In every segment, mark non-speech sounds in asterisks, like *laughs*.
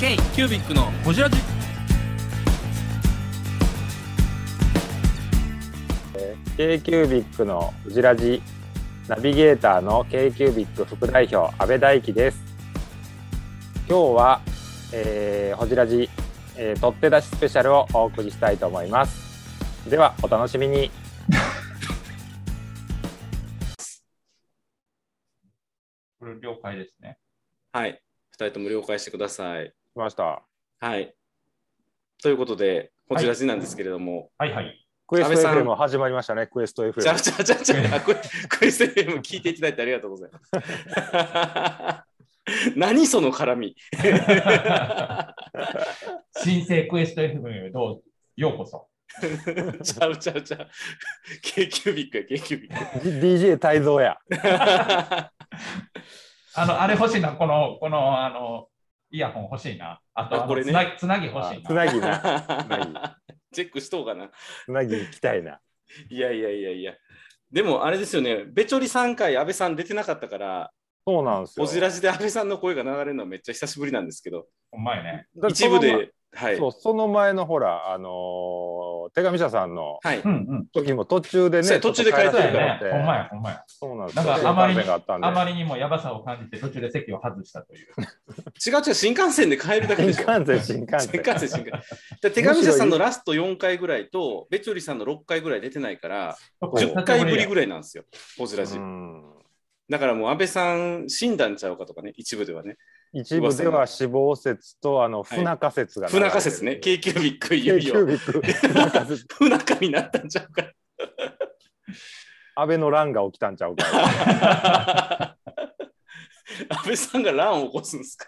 ケイキュービックのホジラジえー K-Cubic のうじらじナビゲーターの K-Cubic 副代表安部大輝です今日は、えー、ホジラジ、えー、取って出しスペシャルをお送りしたいと思いますではお楽しみにこれ了解ですね。はい。二人とも了解してください。来ましたはい。ということで、こちらちなんですけれども、はいはい。クエス安部トさん FM 始まりましたねクエストちゃ FM ちゃちゃちゃ、あこれ、クイズ FM 聞いていただいてありがとうございます。 *laughs* 何その *laughs* 絡み。新生クエスト FM へどうようこそ。ちゃうちゃうちゃう。K キュービックや K キュービック。 DJ 泰造やあの、あれ欲しいな、この、この、あの、イヤホン欲しいな。あと、あこれねあのつなぎつなぎ欲しいつな。なぎなチェックしとうかな。つなぎ行きたいないやいやいやいや。でもあれですよね、べちょり3回、安倍さん出てなかったから、そうなんですよおじらじで安倍さんの声が流れるのはめっちゃ久しぶりなんですけど、ほんまやね。だって一その部前で、はい。そうその前のほらあのー手紙社さんのはい。うんうん。時も途中でそねう途中で帰ってそうるやかね。ほんまや、ほんまや。そうなんですなよんかあまりにそういう場面があったんであまりにもやばさを感じて途中で席を外したという。違う違う、新幹線で帰るだけでしょ。新幹線、新幹新線。幹線、新幹線。で手紙社さんのラスト4回ぐらいと、べちょりさんの6回ぐらい出てないから、10回ぶりぐらいなんですよ、ポジラジう。んだからもう安倍さん、死んだんちゃうかとかね、一部ではね。一部では死亡説とあのはい不仲説が、不仲説ね、京 k ービックいよい急よ。ビック不 *laughs* 仲説。不仲になったんちゃうか。 *laughs* 安倍の乱が起きたんちゃうか。安倍さんが乱を起こすんですか。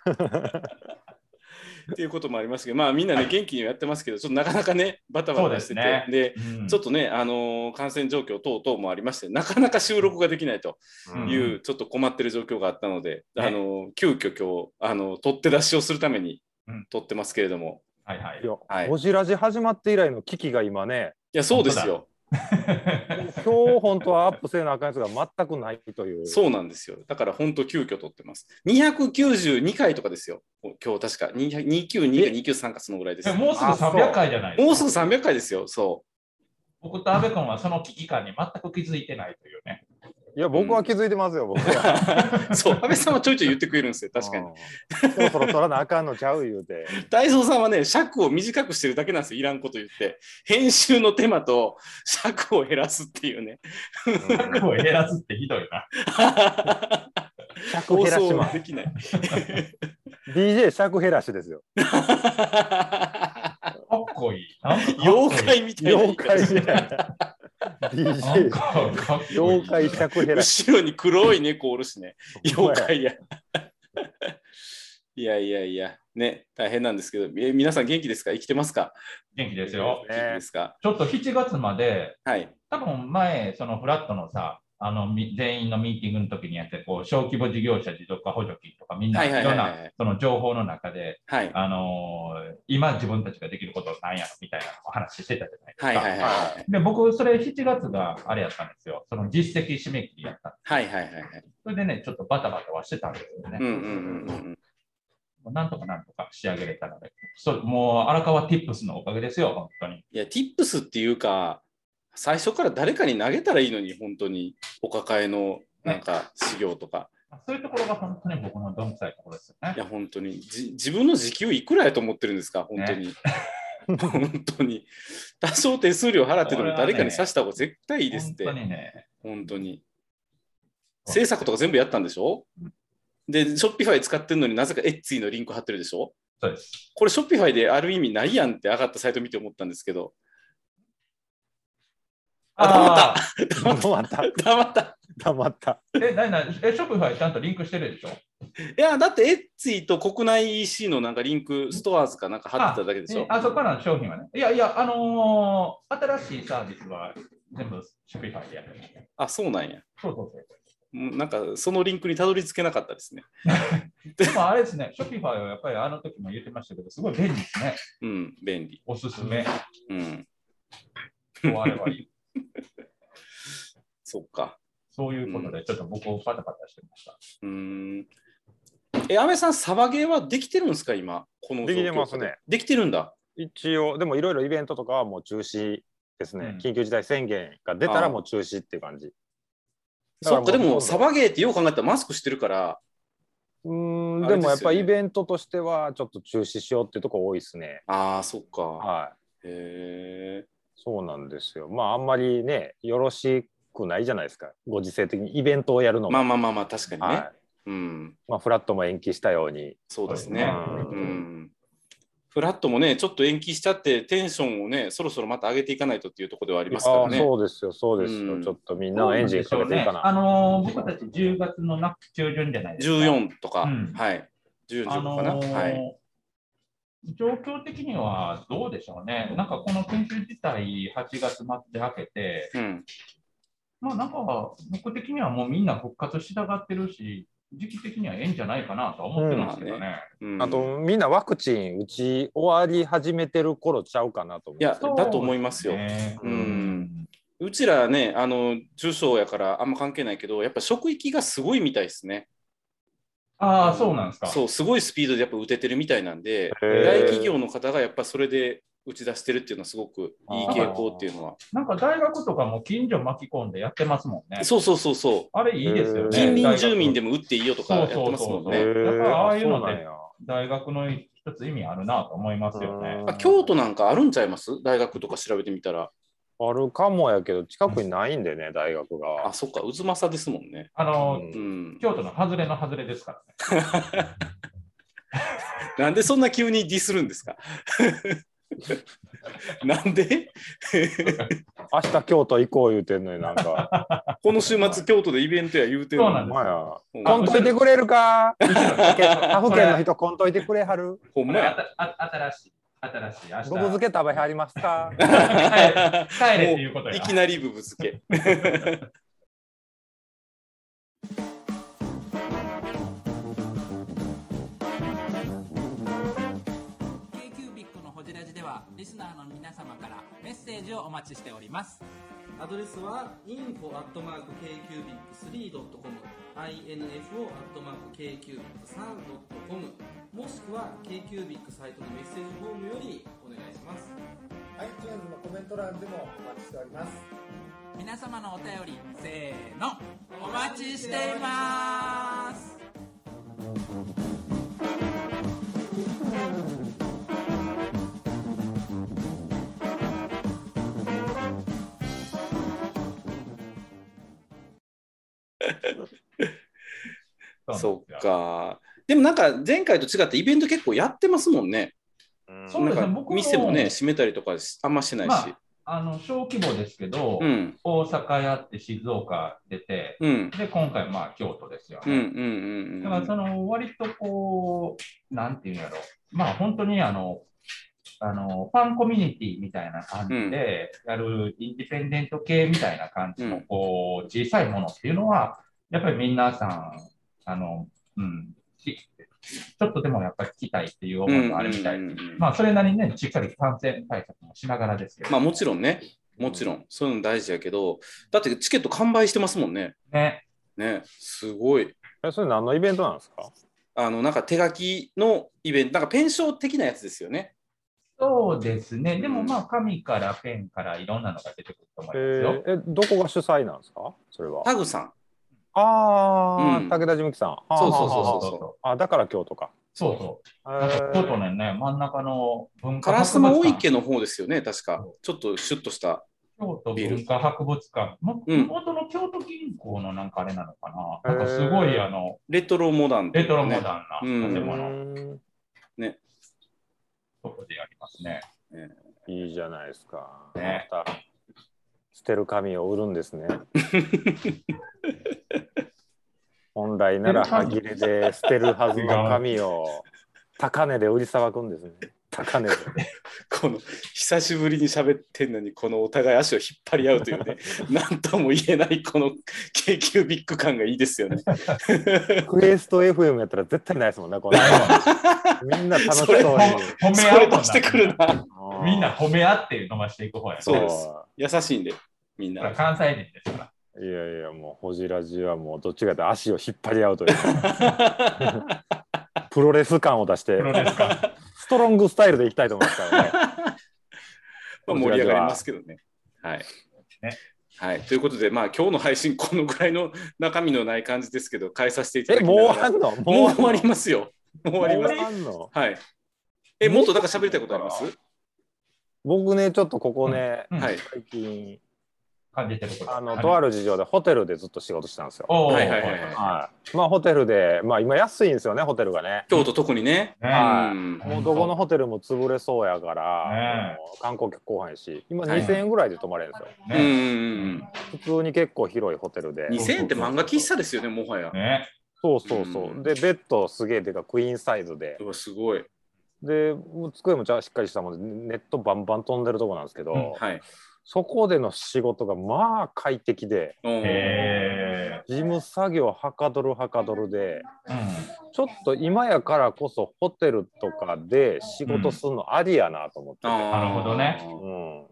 っていうこともありますけど、まあみんなね、元気にやってますけど、ちょっとなかなかね、バタバタしてて。そうですねでうん。ちょっとね、あのー感染状況等々もありまして、なかなか収録ができないとうんいう、ちょっと困ってる状況があったので、ねあのー急遽今日、あのー取って出しをするためにうん取ってますけれども、はいはいい。やはいゴジラジ始まって以来の危機が今ね、いや、そうですよ、今日本当はアップせなあかんやつが全くないという。そうなんですよ、だから本当、急遽取ってます。292回とかですよ、今日確か、200 292か293か、そのぐらいですえ *laughs* よ。もうすぐあそう300回じゃないですかもうすぐ300回ですよ、そ僕と安部君はその危機感に全く気づいてないというね。 *laughs* いや、僕は気づいてますよ、僕は。う。そう、安倍さんはちょいちょい言ってくれるんですよ、確かに。うん。そろそろ取らなあかんのちゃう言うて。大蔵さんはね、尺を短くしてるだけなんですよ、いらんこと言って。編集の手間と尺を減らすっていうね。額を減らすってひどいな。尺放減らし送まはす。できない。 DJ 尺減らしですよ。かっこいい。なんかかっこいい妖怪みたいな言妖い怪方してみたいな。なん DJ かかっこいい妖怪尺減らし。後ろに黒い猫おるしね。妖怪や。いやいやいや、ね、大変なんですけど、え皆さん元気ですか生きてますか元気ですよ。元気ですかちょっと7月まで、はい。多分前、そのフラットのさ、あのみ全員のミーティングの時にやって、こう小規模事業者持続化補助金とか、みんなはいいはいろはいんはいなその情報の中で、はい。あのー今自分たちができることは何やみたいなお話してたじゃないですか。はいはいはいはい。で僕、それ7月があれやったんですよ。その実績締め切りやった。はいはいはいはい。それでね、ちょっとバタバタはしてたんですよね。うんうんうんうんうん。なんとかなんとか仕上げれたので、そうもう荒川 Tips のおかげですよ、本当に。いや、tips っていうか、最初から誰かに投げたらいいのに、本当に、お抱えの、なんか、修行とか。そういうところが本当に僕のどんくさいところですよねい。や、本当に、じ自分の時給いくらやと思ってるんですか、本当に。 *laughs* 本当に。多少手数料払ってでも誰かに刺した方が絶対いいですって、本当にね。本当に。制作とか全部やったんでしょで、ショッピファイ使ってるのになぜかエッツィのリンク貼ってるでしょそうです。これショッピファイである意味ないやんって上がったサイト見て思ったんですけど、ああ黙った。黙った。黙った。あー、え、なになに、え、ショップファイちゃんとリンクしてるでしょいや、だってエッツィと国内 EC のなんかリンク、ストアーズかなんか貼ってただけでしょえ。あそこからの商品はね。いやいや、あのー新しいサービスは全部ショップファイでやってる。あ、そうなんや。そうそう *laughs* そう。うんなんかそのリンクにたどり着けなかったですね。でもあれですね、ショップファイはやっぱりあの時も言ってましたけど、すごい便利ですね。うん、便利。おすすめ。うん、そうあればいい。そっか。そういうことで、ちょっと僕をバタバタしてました。うーん。え、安倍さん、サバゲーはできてるんですか、今。このできて状況ますね。できてるんだ。一応、でもいろいろイベントとかはもう中止ですね、うん緊急事態宣言が出たらもう中止っていう感じ。だそらっか、でも、サうバゲーってよう考えたらマスクしてるから、うーん、あでれですよねもやっぱイベントとしてはちょっと中止しようっていうとこ多いですね。ああ、そっか。はい。へえ。そうなんですよ。まああんまりね、よろしくないじゃないですか。ご時世的にイベントをやるのも。まあまあまあまあ、確かにね。はい。うん、まあフラットも延期したように。そうですうね。んうんフラットもね、ちょっと延期しちゃって、テンションをね、そろそろまた上げていかないとっていうところではありますからあね。そうですよ、そうですよ。うんちょっとみんなのエンジンかけていいかな。あのー僕たち10月の中旬じゃないですか。 14とか、うんはい。14、あ15のかな、ーはい。状況的にはどうでしょうね、なんかこの緊急事態8月末で明けて、うん。まあなんか僕的にはもうみんな復活したがってるし、時期的にはええんじゃないかなとは思ってるんですけどね。うんあとみんなワクチン打ち終わり始めてる頃ちゃうかなと思う。いや、そうだと思いますよ。ねうんうちらね、あの、重症やからあんま関係ないけど、やっぱ職域がすごいみたいですね。ああ、そうなんですか。そう、すごいスピードでやっぱ打ててるみたいなんへで、大ー企業の方がやっぱそれで打ち出してるっていうのはすごくいい傾向っていうのは。なんか大学とかも近所巻き込んでやってますもんね。そうそうそうそう。あれいいですよね。近隣住民でもも打っていいよとかやってますもんそうへね。ーやっぱああいうのでそうなんや大学の一つ意味あるなと思いますよね。うんあ京都なんかあるんちゃいます大学とか調べてみたら。あるかもやけど近くにないんでね大学あ、が。そっか、渦政ですもんね。あの、うんうん。京都の外れの外れですからね。なんでそんな急にディスるんですか *laughs* なんで明日京都行こう言うてんのになん *laughs* か。この週末京都でイベントや言うてるのそうなんおで前や。うんこんといてくれるか。他府そ県れの人こんといてくれはる。ほんまあや。たあ新しい、新しい、明日。僕漬け食べはりますか。帰れっていうことやい。きなりブブ漬け。 k q b i c のホジラジではリスナーの皆様からメッセージをお待ちしておりますアドレスは info.kcubic3.com info.kcubic3.com もしくは KQBIC サイトのメッセージフォームよりお願いします iTunes のコメント欄でもお待ちしております皆様のお便りせーのお待ちしていますなんでそっすよ。か。でもなんか前回と違ってイベント結構やってますもんね。そうですねなんか僕も店もね、閉めたりとかしあんましてないし。まあ、あの小規模ですけど、うん。大阪やって静岡出て、うん。で、今回、まあ、京都ですようんうね。んうんうん。だから、その、割とこう、なんていうんやろ、まあ、本当に、あの、あの、ファンコミュニティみたいな感じで、やるインディペンデント系みたいな感じうのん、こう、小さいものっていうのは、やっぱり皆さん、あの、うん、きちょっとでもやっぱり聞きたいっていう思いがあるみたいうんうんうんうんまあ、それなりにね、しっかり感染対策もしながらですけど、まあもちろんね、もちろん、そういうの大事やけど、だってチケット完売してますもんね。ね、ね、すごい。えそれ何のイベントなんですか。あの、なんか手書きのイベント、なんかペンション的なやつですよね。そうですね、でもまあ、紙からペンからいろんなのが出てくると思いえますよ。ーえどこが主催なんですか。それは。タグさん。ああ、うん武田純喜さん。そうそうそはあうはあはそうああだから京都か。そうそうそうえなんか京都ーのね、真ん中の文化烏博丸物大館、池の方ですよね、確か。ちょっとシュッとした。京都文化博物館、もうんもともとの京都銀行のなんかあれなのかな、へーなんかすごいあのレトロモダンってレいうかトね、ロモダンなうん建物、うんとこでやりますね。いいじゃないですか。ねまた捨てる紙を売るんですね。本来なら歯切れで捨てるはずの紙を高値で売りさばくんですね。高値で。この、久しぶりに喋ってんのに、このお互い足を引っ張り合う *laughs* というね、なんとも言えないこの k 級ビッグ感がいいですよね。クエスト FM やったら絶対ないですもんね。この *laughs* みんな楽しそうに。ほ *laughs* 褒そめ合れうもん出なしてくるな。みんな褒め合って伸ばしていく方や、ね、そうです優しいんで、みんほらな。関西人ですから。いやいやもうホジラジはもうどっちかというと足を引っ張り合うというプロレス感を出してプロレスか。ストロングスタイルでいきたいと思いますからねまあ、盛り上がりますけどね。はいね。はい、ということで、まあ、今日の配信、このぐらいの中身のない感じですけど、変えさせていただえきなもうがあらん *laughs* のもうもう終わりますよ。もう終わります。もうあんのはい。え、もっとなんか喋りたいことあります僕ねちょっとここね、うんはい。最近感じてること。あのとある。る事情でホテルでずっと仕事してたんですよ。おーはいはいはいはいはい、まあホテルでまあ今安いんですよねホテルがね。京都特にね。ねはうんもうどこのホテルも潰れそうやから、ねもう観光客後半し今はい2,000円ぐらいで泊まれるんですよ、うんねうん普通に結構広いホテルでうん。2000円って漫画喫茶ですよね、もはや。ねそうそうそう、うんでベッドすげえでかクイーンサイズでうわ、すごい。でもう机もちゃしっかりしたもんでネットバンバン飛んでるとこなんですけど、うんはい。そこでの仕事がまあ快適でうんえ事務作業はかどるはかどるでーうんちょっと今やからこそホテルとかで仕事するのありやなと思って、あーなるほどねうん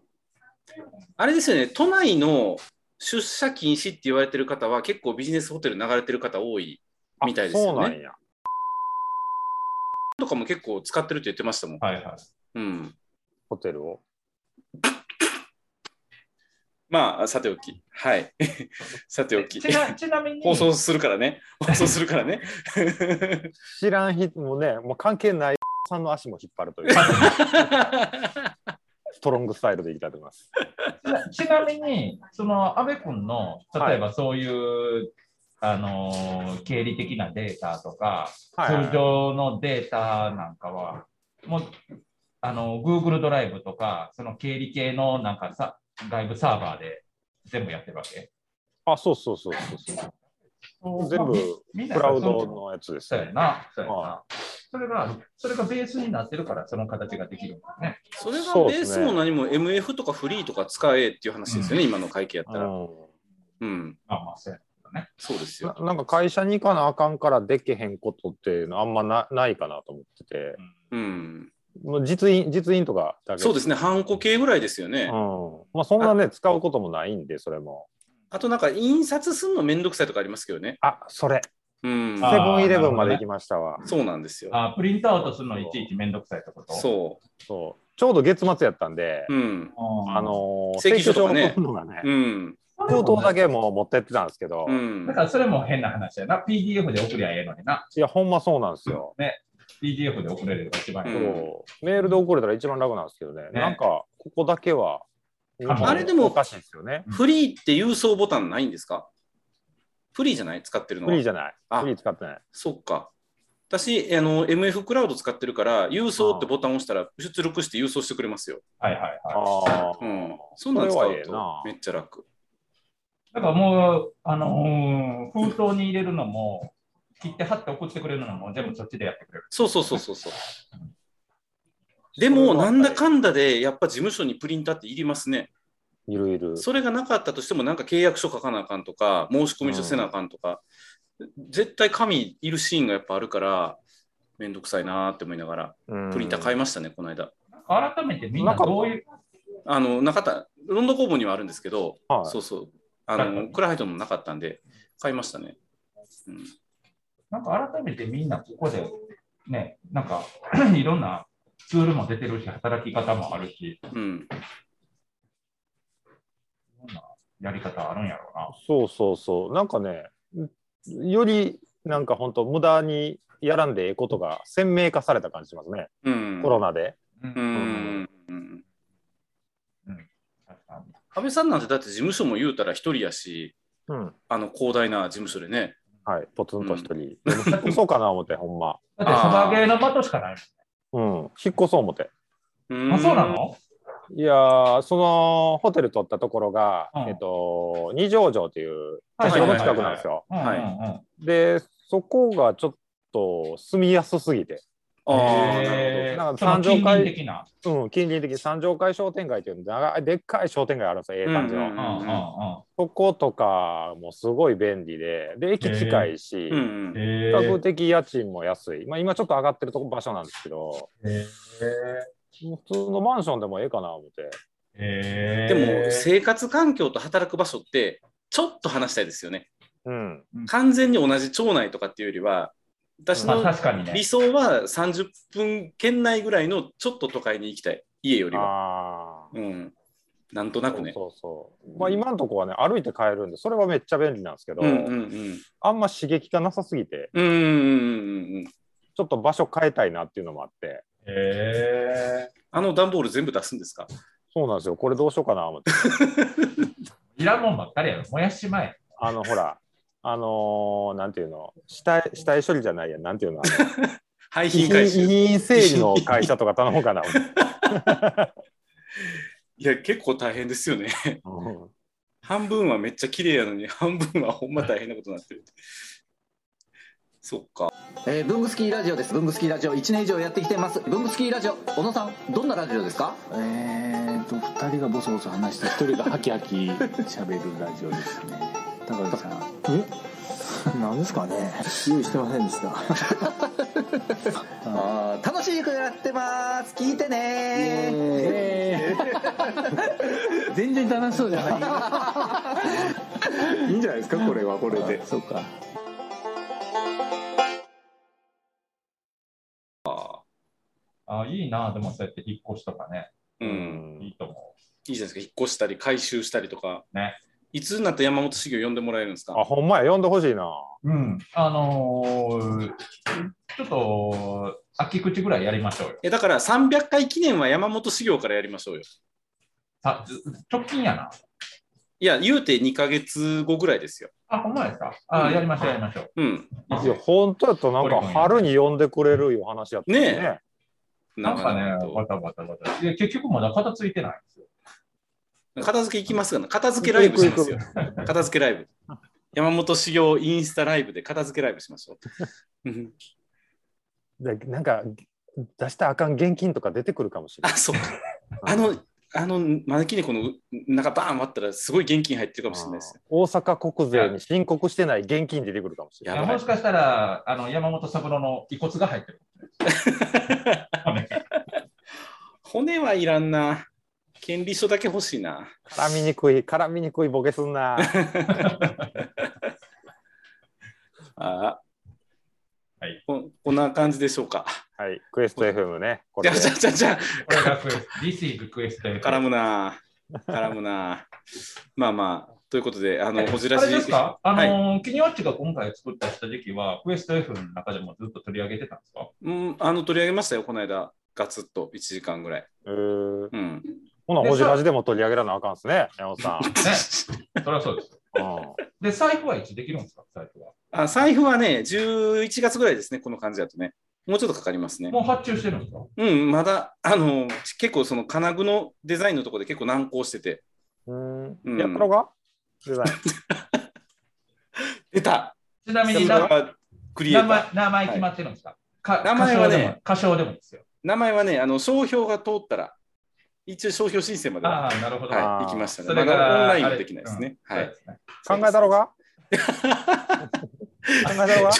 あれですよね、都内の出社禁止って言われてる方は、結構ビジネスホテル流れてる方多いあみたいですよねそうなんやとかも結構使ってるって言ってましたもん。はいはい。うん、ホテルをまあ、さておき。はい。 *laughs* さておきち。なちなみに、放送するからね。放送するからね。知らん人もねもう関係ないさんの足も引っ張る *laughs* というストロングスタイルでいきたいと思いますちなちなみに、その安部君の、例えばそういう、あのー経理的なデータとか、はいはい通常のデータなんかは、もう、あの、Google ドライブとか、その経理系のなんかさ、外部サーバーで全部やってるわけ。あそうそうそうそうそう全まあ部みんなクラウそうドのやつですそうやねな。そうやはな。それが、それがベースになってるから、その形ができるんだね。それがそうベーですスねも何も MF とかフリーとか使えっていう話ですよね、今の会計やったら。ううん、まあまあ、そうやね。そうですん、よな。なんか会社に行かなあかんからできへんことっていうのあんまなないかなと思っててうん、もう実印実印とかだけそうですすね、ハンコ系ぐらいですよね。うんまあ、そんなね使うこともないんでそれもあとなんか印刷すんのめんどくさいとかありますけどね。あそれうんセ、あーブンイレブンまで行きましたわ、そうなんですよ。あープリントアウトするのいちいちめんどくさいってことそそうちょうど月末やったんで、う。うん。うんあのー請求書とかね請求書を送るのがねうん。封筒だけもう持ってってたんですけど、ういんだ。からそれも変な話やな。PDF で送りゃええのにな。やほんまそうなんですよ、 PDF で送れるのが一番いい。うんそうメールで送れたら一番楽なんですけどねねなんかここだけはあれでもおかしいですよねフリーって郵送ボタンないんですかフリーじゃない使ってるのフは。リーじゃないあフリー使ってないそっか。私あの、MF クラウド使ってるから、郵送ってボタンを押したら、出力して郵送してくれますよ。はいはいあはあうん。そんなん使それはえうえなと、めっちゃ楽。い。だからもう、あのー封筒に入れるのも、切って貼って送ってくれるのも、全部そっちでやってくれる。そうそうそうそう *laughs* そう。でも、なんだかんだで、やっぱ事務所にプリンターっていりますね。いるいるそれがなかったとしても、なんか契約書書かなあかんとか、申し込み書せなあかんとか、絶対紙いるシーンがやっぱあるから、めんどくさいなーって思いながら、プリンター買いいましたね、この間。改めてみんなどういう、あの、なかった、ロンドン工房にはあるんですけど、はいそうそう、あなの、んクラハイトンもなかったんで、買いましたね。うん、なんか改めてみんなここで、ね、なんかいろんなツールも出てるし、働き方もあるし、うん、いろんなやり方あるんやろうな。そうそうそうなんかねよりなんか本当無駄にやらんでええことが鮮明化された感じしますね、うん、コロナでうんうん、うん、確かに安倍さんなんて、だって事務所も言うたら一人やし、うんあの広大な事務所でね、はいポツンと一人、でも引っ越そうかな思ってほ *laughs* んまだって、そばゲーの場としかないうん引っ越そう思ってうもんん。あ、そうなのいやーそのホテル取ったところが、うんえっと、二条城っていうはいはい城はのいはい近くなんですよ。うんうんはいうんでそこがちょっと住みやすすぎて、ああ、なるへーなんかその誕生会近隣的な。うん、近隣的に三条街商店街っていう長いでっかい商店街あるんですよええ感じの、うんうんうんうんうん。そことかもすごい便利でで駅近いし、ほど。うん、うん、え比較的家賃も安い、まあ、今ちょっと上がってるとこ場所なんですけどえ普通のマンションでもええかな思ってえでも、生活環境と働く場所って、ちょっと話したいですよね。うん完全に同じ町内とかっていうよりは、私まあの確かにね理。想は30分圏内ぐらいのちょっと都会に行きたい。家よりは。ああ。うん。なんとなくね。そうそうそうまあ今のとこはね歩いて帰るんでそれはめっちゃ便利なんですけど、うんうんうん。あんま刺激がなさすぎてうんうんうんうん。ちょっと場所変えたいなっていうのもあってへあの段ボール全部出すんですかそうなんですよこれどうしようかな思って *laughs* ーいらんもんばっかりやろ。もやし前。あのほらあのー、なんていうの死体死体処理じゃないやなんていうのあの廃遺 *laughs* 品品回 *laughs* 収。い遺品整理の会社とか頼もうかな思ってや、結構大変ですよね。 *laughs* うん半分はめっちゃ綺麗やのに、 *laughs* 半分はほんま大変なことになってる。そっか。えー、ブングスキーラジオです。ブングスキーラジオ1年以上やってきてます。ブングスキーラジオ、小野さん、どんなラジオですかえーと2人がボソボソ話して1人がハキハキ喋るラジオですね高橋さん *laughs* えなんですかね用意してませんでしたあー楽しくやってます。聞いてね全然楽しそうじゃないいいんじゃないですかこれはこれでそうかあいいな、でもそうやって引っ越しとかね。うん。いいと思いいじゃないですか。引っ越したり、回収したりとか。ねいつになったら山本修行呼んでもらえるんですあかほんまや呼んでほしいなう。うん。あのーちょっと、秋口ぐらいやりましょうよ。えだから300回記念は山本修行からやりましょうよ。さ直近やな。いや、言うて2ヶ月後ぐらいですよ。あ、ほんまですか。あ、うんやりましょう、やりましょう。うん。いや本当やとなんか春に呼んでくれるいう話やったもんねえなんかなね、バタバタバタ。いや、結局まだ片付いてないんですよ。片付け行きますがな。片付けライブしますよ。片付けライブ。山本修行インスタライブで片付けライブしましょう。 *laughs* うんでなんか出したらあかん現金とか出てくるかもしれあ、な *laughs* いそうか。あの、あの、招き猫のう中バーン割ったらすごい現金入ってるかもしれないですよ。大阪国税に申告してない現金出てくるかもしれないやいやばいもしかしたら、あの山本三郎の遺骨が入ってる。 *laughs* 骨はいらんな。権利書だけ欲しいな。絡みにくい絡みにくいボケすん *laughs* なああ。はいこ。こんな感じでしょうか。はいクエスト FM ねこじれゃあでじゃあじゃあじゃこれがクエスト。This is クエスト。あ、絡むな。絡むな。まあまあ、ということで、あの、ほじらあじ。れですかあのはいー、キニワッチが今回作った下敷きは、クエスト F の中でもずっと取り上げてたんですかうん、あの取り上げましたよ、この間、ガツッと1時間ぐらい。えーうん、ほなホジラジでも取り上げらなあかんですね山本さね。それはそうです。 *laughs* ん、で、財布はいつできるんですか財布は。あ財布はね、11月ぐらいですね、この感じだとね。もうちょっとかかりますね。もう発注してるんですかうん、まだ、あの、結構その金具のデザインのところで結構難航してて。うんうんやったろがデザイン出たちなみに北な村クリエ名イタ前ー。名前決まってるんですか、か名前はね歌唱でも歌唱でもですよ。名前はね、あの、商標が通ったら、一応商標申請まではああ、なるほど。はい、行きましたね。そまれだからオンラインはできないですね。あはれい。うんそうですね考えたろ *laughs* が考えたろがだっ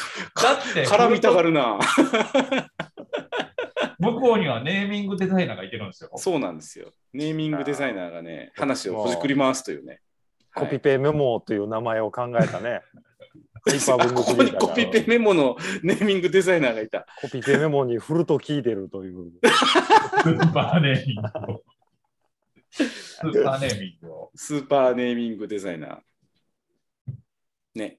て、絡みたがるな。向こうにはネーミングデザイナーがいてるんですよ。そうなんですよ。ネーミングデザイナーがね、話をほじくり回すというね。コはピいペメモという名前を考えたねあここにコピペメモのネーミングデザイナーがいた。コピペメモに振ると聞いてるというスーパーネーミングを。スーパーネーミングを。スーパーネーミングデザイナー。ね。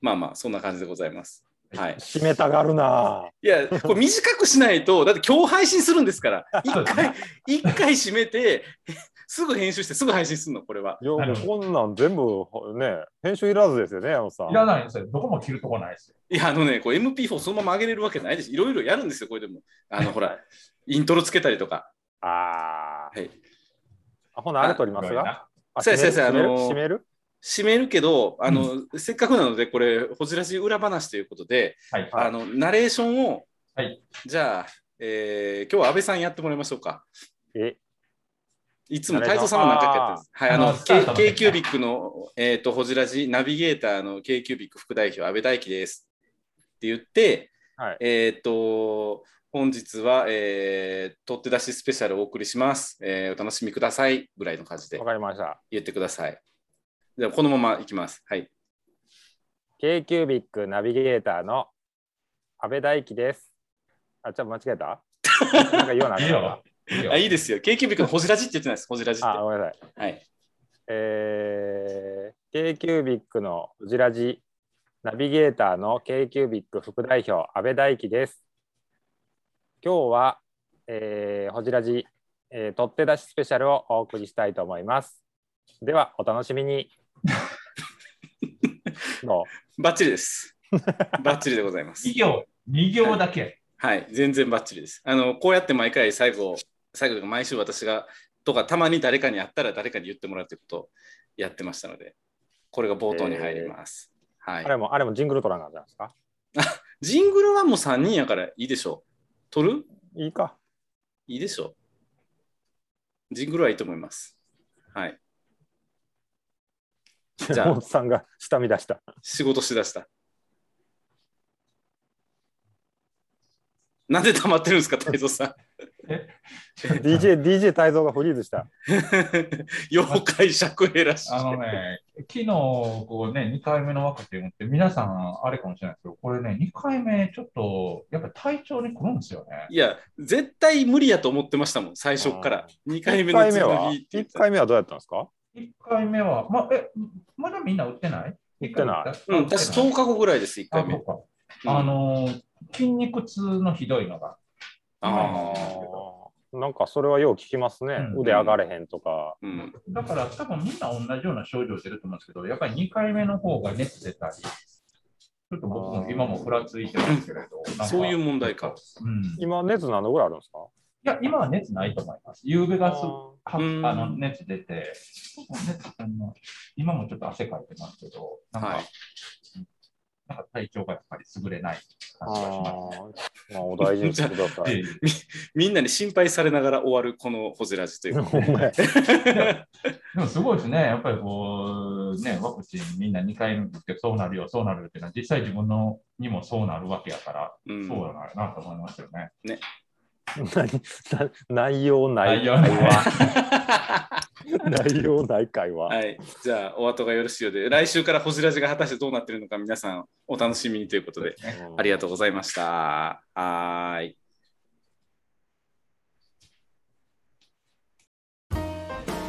まあまあ、そんな感じでございます。はい。締めたがるないや、これ短くしないと、だって今日配信するんですから、*laughs* 一そうです回、一回締めて、すぐ編集して、すぐ配信するの、これは。いやなるこんなん全部ね編集いらずですよね山本さんいらないんですよ。どこも切るとこないですよ。いや、あのね、こう MP4 そのまま上げれるわけないです。いろいろやるんですよ、これでも。あの、ほら、イントロつけたりとか。あーはいあほなあれ取りますがあそうやそうや締めるそうや締める締めるけど、あの、せっかくなので、これ、ほじらし裏話ということで、はい。あの、ナレーションを、はいじゃあ、えー今日は安倍さんやってもらいましょうか。えいつも太蔵さんは何回かやってるんです。はい、あのあ、スタート K- の K キュービックの、えっ、と、ほじらじ、ナビゲーターの K キュービック副代表、安倍大輝です。って言って、はいえっ、と、本日は、えー、取って出しスペシャルをお送りします。えーお楽しみください。ぐらいの感じでわかりました言ってください。じゃあ、このままいきます。はい。 k ービックナビゲーターの安倍大輝です。あ、ちょっと間違えたなんか言わなあかいいんかよ。いいよあいいですよ。ケーキビックのホジラジって言ってないです。ホジラジっったて。あ、ごめんなさい。はい。えー、k キュービックのうじらじナビゲーターの k キュービック副代表安倍大輝です。今日は、えー、ほじらじ、えー、取って出しスペシャルをお送りしたいと思います。ではお楽しみ *laughs* に。どバッチリです。バッチリでござ *laughs* います2。行、2行だけ。はい、全然バッチリです。あの、こうやって毎回最後、最後というか毎週私が、とか、たまに誰かに会ったら誰かに言ってもらうということをやってましたので、これが冒頭に入ります。うあはれい。もあれもジングルトランなんじゃないですか。ジングルはもう3人やからいいでしょう。撮るいいか。いいでしょう。ジングルはいいと思います。はい。じゃあ山本さんが下見出した。仕事しだした。なんで溜まってるんですか、太蔵さん。 DJ DJ 泰造がフリーズした。 *laughs* 妖怪尺減ら *laughs* し。あのね、昨日、こうね、2回目のワクチン打って、皆さん、あれかもしれないですけど、これね、2回目、ちょっと、やっぱ体調に来るんですよね。いや、絶対無理やと思ってましたもん、最初から。2回目一の回次目のは日って言っ一たら回目はどうやったんですか。 1回目は、ま、え、まだみんな打ってない打ってないうん、私10日後ぐらいです、1あ、回そ目う。か。あのー、筋肉痛のひどいのが。あああ。ーなんかそれはよう聞きますね、うん腕上がれへんとか、うん。だから多分みんな同じような症状してると思うんですけど、やっぱり2回目の方が熱出たり、ちょっと僕も今もふらついてるんですけれど、なんかそういう問題か。うん、い今、熱何度ぐらいあるんですかや、今は熱ないと思います。夕べがすあかあうんの熱出て、熱あの今もちょっと汗かいてますけど、なんか,、はいなんか体調がやっぱり優れない感じがします。ーまあ、お大事にしてくださえい。えみんなに心配されながら終わる、このホジラジというか。 *laughs* ほんまやでもすごいですね、やっぱりこう、ね、ワクチンみんな2回目打ってそうなるよ、そうなるよっていうのは、実際自分のにもそうなるわけやから、うんそうだななと思いますよね。何内容ない内容ない内容ない会話。はい。じゃあ、お後がよろしいようで、来週からホジラジが果たしてどうなってるのか、皆さんお楽しみにということで、ありがとうございました。はーい。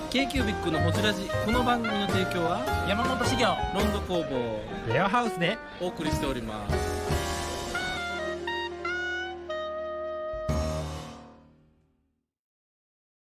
K-Cubic のホジラジこの番組の提供は山本資源ロンド工房レアハウスでお送りしております